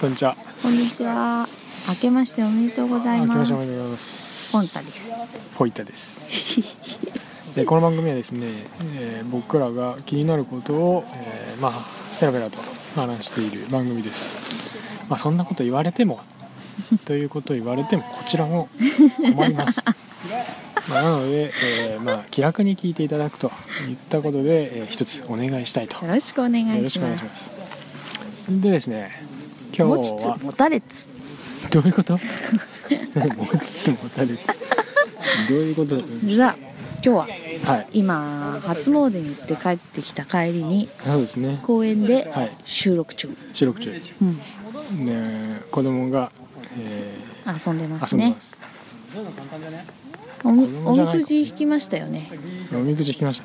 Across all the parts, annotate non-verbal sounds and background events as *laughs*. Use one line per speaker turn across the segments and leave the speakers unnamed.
こんにちは。
こんにちは。明けましておめでとうござい
あ明け
ま
まし
す
てお。めでとうございます。
ポンタです。
ポイタです。でこの番組はですね、えー僕らが気になることを、えーまあペラペラと話している番組です。まあそんなこと言われてもということを言われてもこちらも困ります。 *laughs* まあなので、えーまあ気楽に聞いていただくと言ったことで、えー一つお願いしたいと。
よろしくお願
よ
い
ろし
し
くお願
ま
いし
す。
ます。でですね、今
持
日
ちつ
は
持たれつ。
*laughs* どういうこと？持ちつ持たれつ。どういうこと？は。
ザ。今日はい今初詣に行って帰ってきた帰りに
そうですね。
公園で
はい
収録中。
収録中。ね
うん。
え、子供が、え
遊んでま
ー、
す
遊んで
ね
ま。す。
おみ
供
お
じゃ
み
ない
くじ引きましたよね。
おみくじ引きました。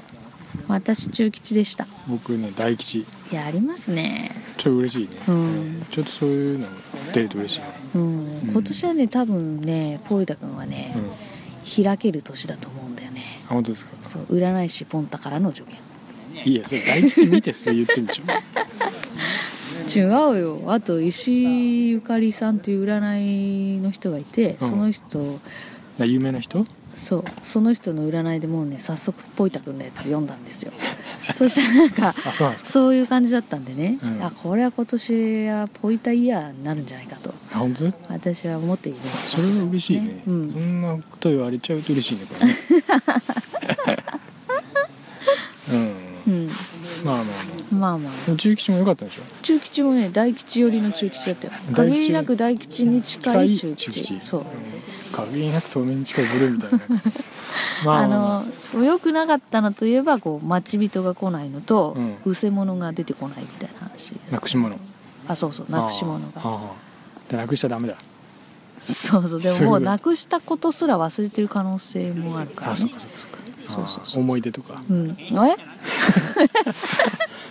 私中吉でした。
僕ね大吉。
やりますね。
ちょっと嬉しいね。
うん
ちょっとそういうの出ると嬉しいね。
うん。今年はね多分ねポイタ君はね
うん。あ
開ける年だと思うんだよね。
本当ですか。
そう占い師ポンタからの助言。
いや、それ大吉見てそう言ってるんでしょ。 *laughs*
違うよあと石井ゆかりさんっていう占いの人がいて、
うん
その人
な有名な人？
そうその人の占いでもうね早速ぽいたくんのやつ読んだん
*laughs*
ですよそしたらなんか
あ、そうなんですか。
そういう感じだったんでね、
うん
あこれは今年はぽいたイヤーになるんじゃないかと
あ本当？
私は思っている
それは嬉しいね
ねうん
そんなこと言われちゃうと嬉しいねこれね *laughs*
う
うん
ん
まあまあま
まあまあ
あ中吉も良かったでしょ
中吉もね大吉寄りの中吉だったよ
大吉
限りなく大吉に近い中吉そう、
ん限りなく透明に近いブルーみ
*laughs*
たいなまあ
あ
まあまあ
の良くなかったのといえばこう待ち人が来ないのと、
うん
うせ物が出てこないみたいな話
なくし物
あそうそうなくし物
ああ
が
ああでなくしちゃダメだ
そうそうで
そういう
も
こ
も
と
うなくしたことすら忘れてる可能性もあるから
あ
ね
そうかそうかそうか
そうそう
ああ思い出とか
うんえ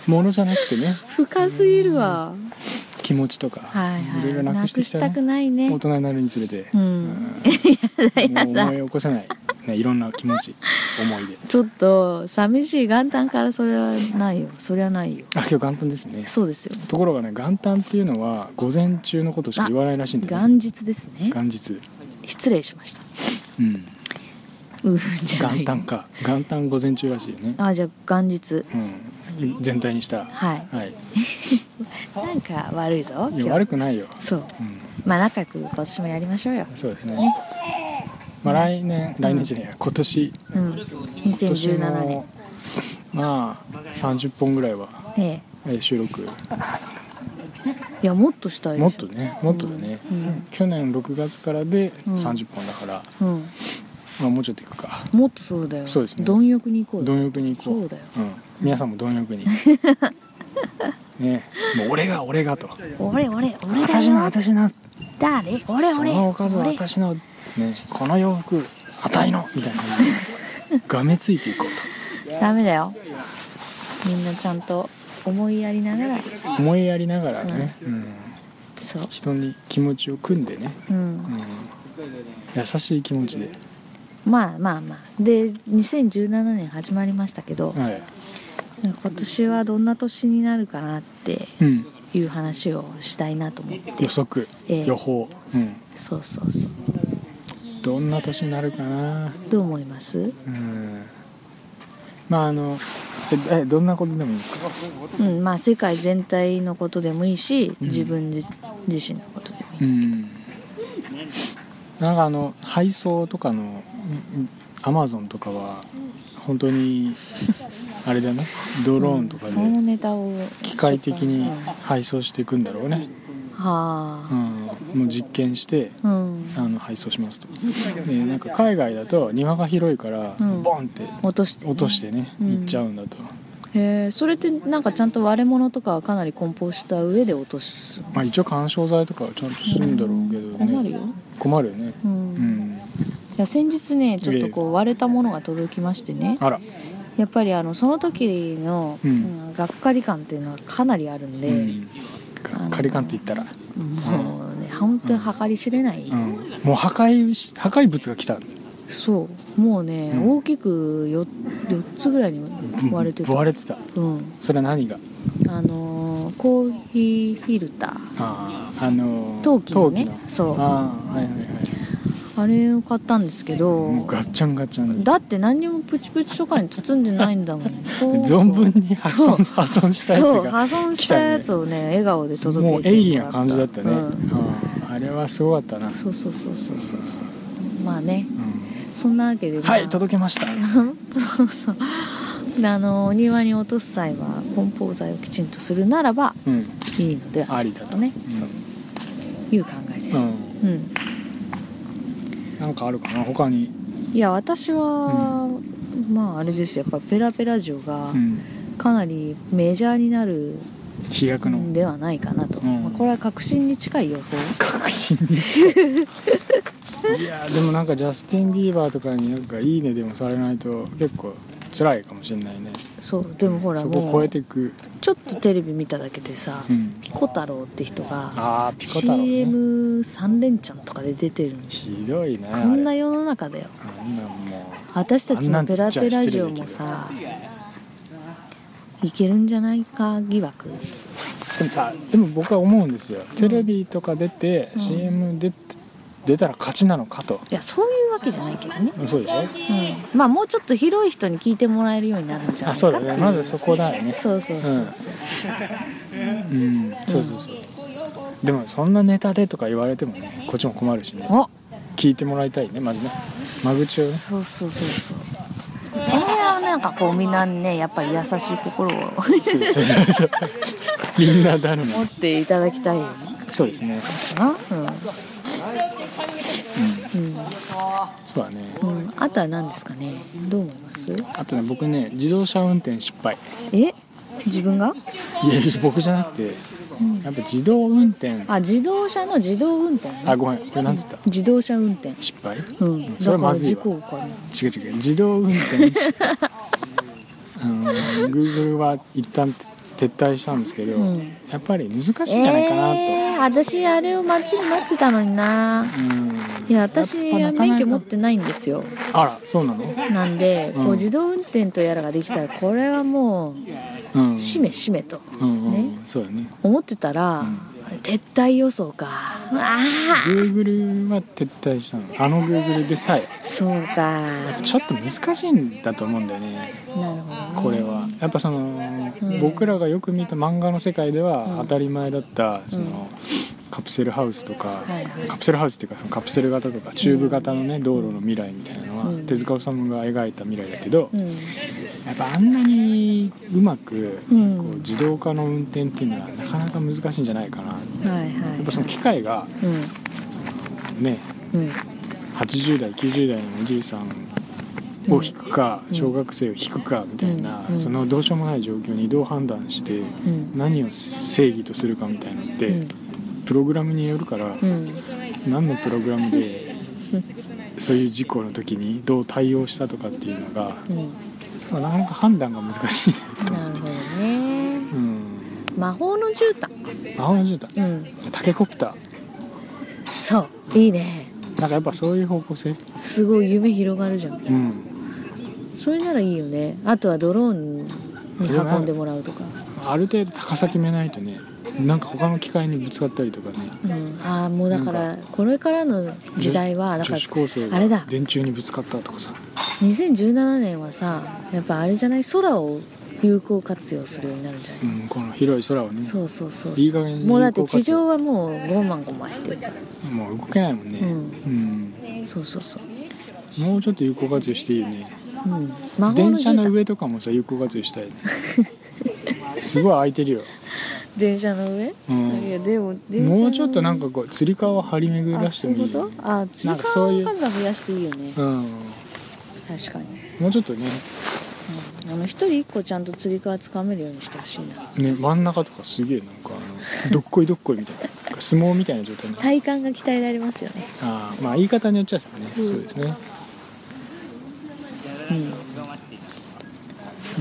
物じゃなくてね
深すぎるわ
気持ちとか
はいはい
ろいろなくしてきた
なくしたくないね
大人になるにつれて
うん *laughs*
うんもう思い起こせないねいろんな気持ち思い出
ちょっと寂しい元旦からそれはないよそれはないよ
あ今日元旦ですね
そうですよ
ところがね元旦っていうのは午前中のことしか言わないらしいんだよ、
元
ね、
日ですね
元日、
失礼しました
うん、
うんじゃない
元旦か元旦午前中らしいよね、
あじゃあ元日
うん、全体にしたら
はい
はい
なんか悪いぞ
いや
今
悪
日
くないよ、
そう
うん、
まあ仲良く今年もやりましょうよ。
そうですねまあ来年来年じゃねえや今年
うん。
今年
2017年
も。まあ30本ぐらいは
え
えー収録
え。いやもっとしたい。
もっと。ねもっとだね、
うん
去年6月からで
うん
30本だから、
うん。
まあ、もうちょっといくか
もっとそうだよ。
そうですね
貪欲に行こうよ。
貪欲に行こう
そうだよ
ん、皆さんも貪欲に
*laughs*
ねもう俺が俺がと
俺俺俺だ
私の
よ。
私の
誰？俺
そ
俺。
のおかずは
俺
私の、ね、この洋服あたいのみたいな感じで
*laughs*
がめついていこう
ダメだよ。みんなちゃんと思いやりながら。
と思いやりながらね、うん
そう。
人に気持ちを組んでね、
う。
うんん、優しい気持ちで、
まあまあまあ。で2017年始まりましたけど、
はい
今年はどんな年になるかなって
うん、
いう話をしたいなと思って。
予測、
ええ
予報、うん、
そうそうそう。
どんな年になるかな
どう思います？
うんまああのええどんなことでもいいんですか、
うん、まあ世界全体のことでもいいし、
うん
自分自自身のことでもいい、
うん、なんかあの配送とかのアマゾンとかは本当にあれだ
*laughs*
ねドローンとかで
そのネタを
機械的に
は
配送していくんだろうね、う
あ
ん、もう実験して
うん、
あの配送しますとでなんか海外だと庭が広いから
うん
ボンって
落としてね、
落としてね
うん
行っちゃうんだと、
へえそれってなんかちゃんと割れ物とかはかなり梱包した上で落とす
まあ一応緩衝材とかはちゃんとするんだろうけどね
困るよ
困るよね
う、
うん
い
ん
や先日ねちょっとこう割れたものが届きましてね
あら
やっぱりあのその時の、
うん
うんがっかり感っていうのはかなりあるんで、
うん
あの
カリカンって言ったら、
もうね本当に計り知れない、
うん、もう破壊し破壊物が来た
そうもうね、
うん
大きく 4, 四つぐらいに割れてた
割れてた
うん
それは何が
あのーコーヒーフィルター
あああのー
陶器のね
陶器の
そうあ
ああはいはいはい
れを買ったんですけど
もうガッチャンガチャン
だって何にもプチプチとかに包んでないんだもん
*laughs* 存分に破
そう
損破損したやつ
そう
が
破損したやつ
*laughs*
をね笑顔で届けて
もうエイリーな感じだったね、
うん
うんあれはすごかったな、
そうそうそうそうそうそうまあね
うん
そんなわけで、まあ
はい届けました
そうそうであのお庭に落とす際は梱包材をきちんとするならば
うん
いいのでは
ありだと
ね、
うん
そういう考えです、
うん
うん、
なんかあるかな他に、
いや私は、まああれですよやっぱペラペラ城が
うん、
かなりメジャーになる
飛躍の
んではないかなと、
うん
まあ、これは確信に近い予報
確信にいやでもなんかジャスティン・ビーバーとかになんか「いいね」でもされないと結構辛いかもしれないね
そうでもほら
そ
も
こ
う
を超えていく、
ちょっとテレビ見ただけでさ、
うん、
ピコ太郎って人が
ああピコ太郎、ね、
CM3 連チャンとかで出てるの
ひどいね
こんな
あれ
世の中だよ
あんなんも
私たちのペラペラ城もさいけるんじゃないか疑惑
うでもさでも僕は思うんですよテレビとか出て、
うん
CM 出て出たら勝ちなのかと
いやそういうわけじゃないけどね、
そうでしょ
うん、まあもうちょっと広い人に聞いてもらえるようになるんじゃないか
あそうだねまずそこだよね
そうそうそうそう、
うんそうそうそうでもそんなネタでとか言われてもねこっちも困るしね
お
聞いてもらいたいねマジね間口をね
そうそうそうそうその辺はなんかこうみんなねやっぱり優しい心を
そうそうそうそうみんなだる
持
ま
っていただきたいよね
そうですね
なうん、うん
そうだね
うん、あとは何ですかねどう思います
あとね僕ね自動車運転失敗
え自分が
いやいや僕じゃなくてやっぱ自動運転
あ自動車の自動運転ね
あごめんこれなんつった
自動車運転
失敗
うん
それ
だか
ま
ら
ずい
事
わ
故かな
違う違う自動運転失敗あの Google は一旦撤退したんですけど、
うん
やっぱり難しいんじゃないかなと、
えー、私あれを待ちに待ってたのにな
うん
いや私
やっぱなかなか
免許持ってないんですよ
あらそうなの
なんで、
うん
こう自動運転とやらができたらこれはも
うん
うしめしめと
うんうんうん
ね
そうだね
思ってたら、撤退予想かあ
Google は撤退したのあの Google でさえ
あそうか
ちょっと難しいんだと思うんだよね
なるほどね
これはやっぱその、
うん
僕らがよく見た漫画の世界では
うん
当たり前だった、そのカプセルハウスとか、
はいはい
カプセルハウスっていうかそのカプセル型とかチューブ型のね道路の未来みたいなのは、
うん
手塚治虫が描いた未来だけど、
うん
やっぱあんなにうまく、
うん
こう自動化の運転っていうのはなかなか難しいんじゃないかなや
はいはい
っぱその機械が
うん
ね
うん
80代90代のおじいさんを引くか、小学生を引くかみたいな、
うんうん
そのどうしようもない状況にどう判断して
うん
何を正義とするかみたいなのって、
うん
プログラムによるから、
うん
何のプログラム
*laughs*
でそういう事故の時にどう対応したとかっていうのが、
うん
まあなかなか判断が難しいねと
な
思っ
る
て
ほ。どね
うん
魔法の絨毯
青の絨毯
うん
タケコプタ
そういいね
ーなんかやっぱそういう方向性
すごい夢広がるじゃん
うん
それならいいよねあとはドローンに運んでもらうとか、
ある程度高さ決めないとねなんか他の機械にぶつかったりとかね
うん、ああもうだからこれからの時代はだか
女
ら
子高生
あれだ
が電柱にぶつかったとかさ
2017年はさやっぱあれじゃない空を有効活用するようになるんじゃない、
うんこの広い空をね
そうそうそうそう
いい加減に
もうだって
有効活用
地上はもうごまごましてるから
もう動けないもんね
うそうそうそう、
うんもうちょっと有効活用していいよね
うん、魔法の
電車
絨
の
毯
上とかもさ有効活用
*laughs*
したいねすごい空いてるよ
電車の上、
うん
いやでも電車の上
もうちょっとなんかこうつり革を張り巡らしてもいい
あそ
よ
ういうことあ追
なんかそうい
加
う
の数は増やしていいよね
うん
確かに、
もうちょっとね
うん、あの一人一個ちゃんと釣り革つかめるようにしてほしいな
ね真ん中とかすげえなんかあのどっこいどっこいみたいななんか相撲みたいな状態になる
体幹が鍛えられますよね
あーまあ言い方によっちゃね、
うん
そうですね
うん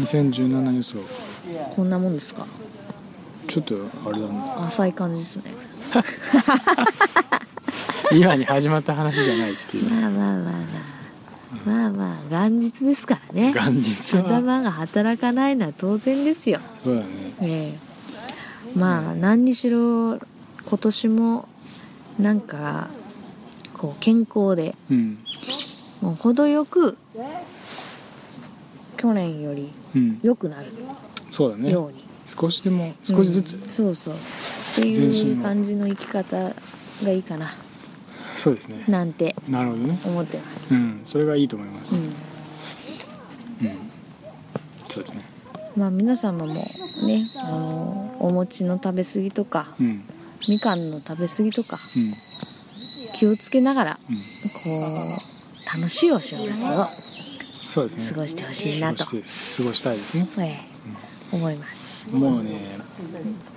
2017予想
こんなもんですか
ちょっとあれだな
浅い感じですね
今に始まった話じゃないっていう
まあまあまあまあまあまあ元日ですからね
元日は
頭が働かないのは当然ですよ
そうだね
ええまあ何にしろ今年もなんかこう健康で
うん
もう程よく去年より
うん
良くなる
そうだね
ように、
少しでも少しずつ、
うんそうそうって
全
い
身
う
を
感じの生き方がいいかな
そうですね
なんて
なるほどね
思ってます、
うんそれがいいと思います
う
うん、
ん、
そうですね
まあ皆様もねあのお餅の食べ過ぎとか
うん
みかんの食べ過ぎとか
うん
気をつけながら
うん
こう楽しいお正月を
そうですね
過ごしてほしいなと
過ごして過ごしたいですね、
ええ思います
うんもうね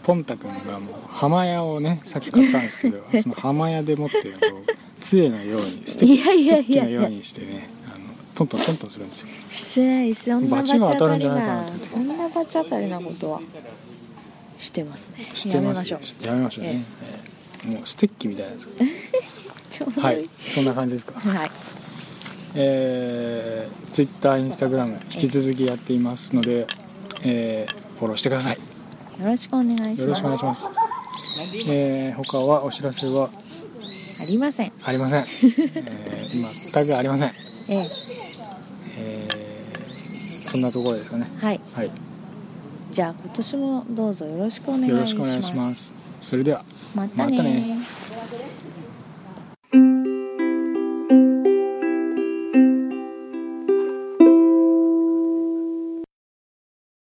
ポンタ君がもう浜屋をねさっき買ったんですけ
*laughs*
どその浜屋でもってこう杖のようにステッ
いやいやいやいや
ステッキのようにしてねあのトントントントンするんですよ
してないですそんなバ
バ
チ
チが
当
当た
た
るん
り
じゃないか
な
なと思って
そんなバチ当たりなことはしてますね
し
や
て
め
ま
ますしょ
よ
う
やめましょうね、ええもうステッキみたいなんですけど
ちょうど
はいい
い
そんな感じですか
はい
えー、Twitter、Instagram 引き続きやっていますので、えーフォローしてください。
よろしくお願いします
よろしくお願いします。えー、他はお知らせは
ありません
ありません。えー、全くありません。
ええ
えー、そんなところですかね。
はい
はい。
じゃあ今年もどうぞよろしくお願いします
よろしくお願いします。それでは。
またね
またね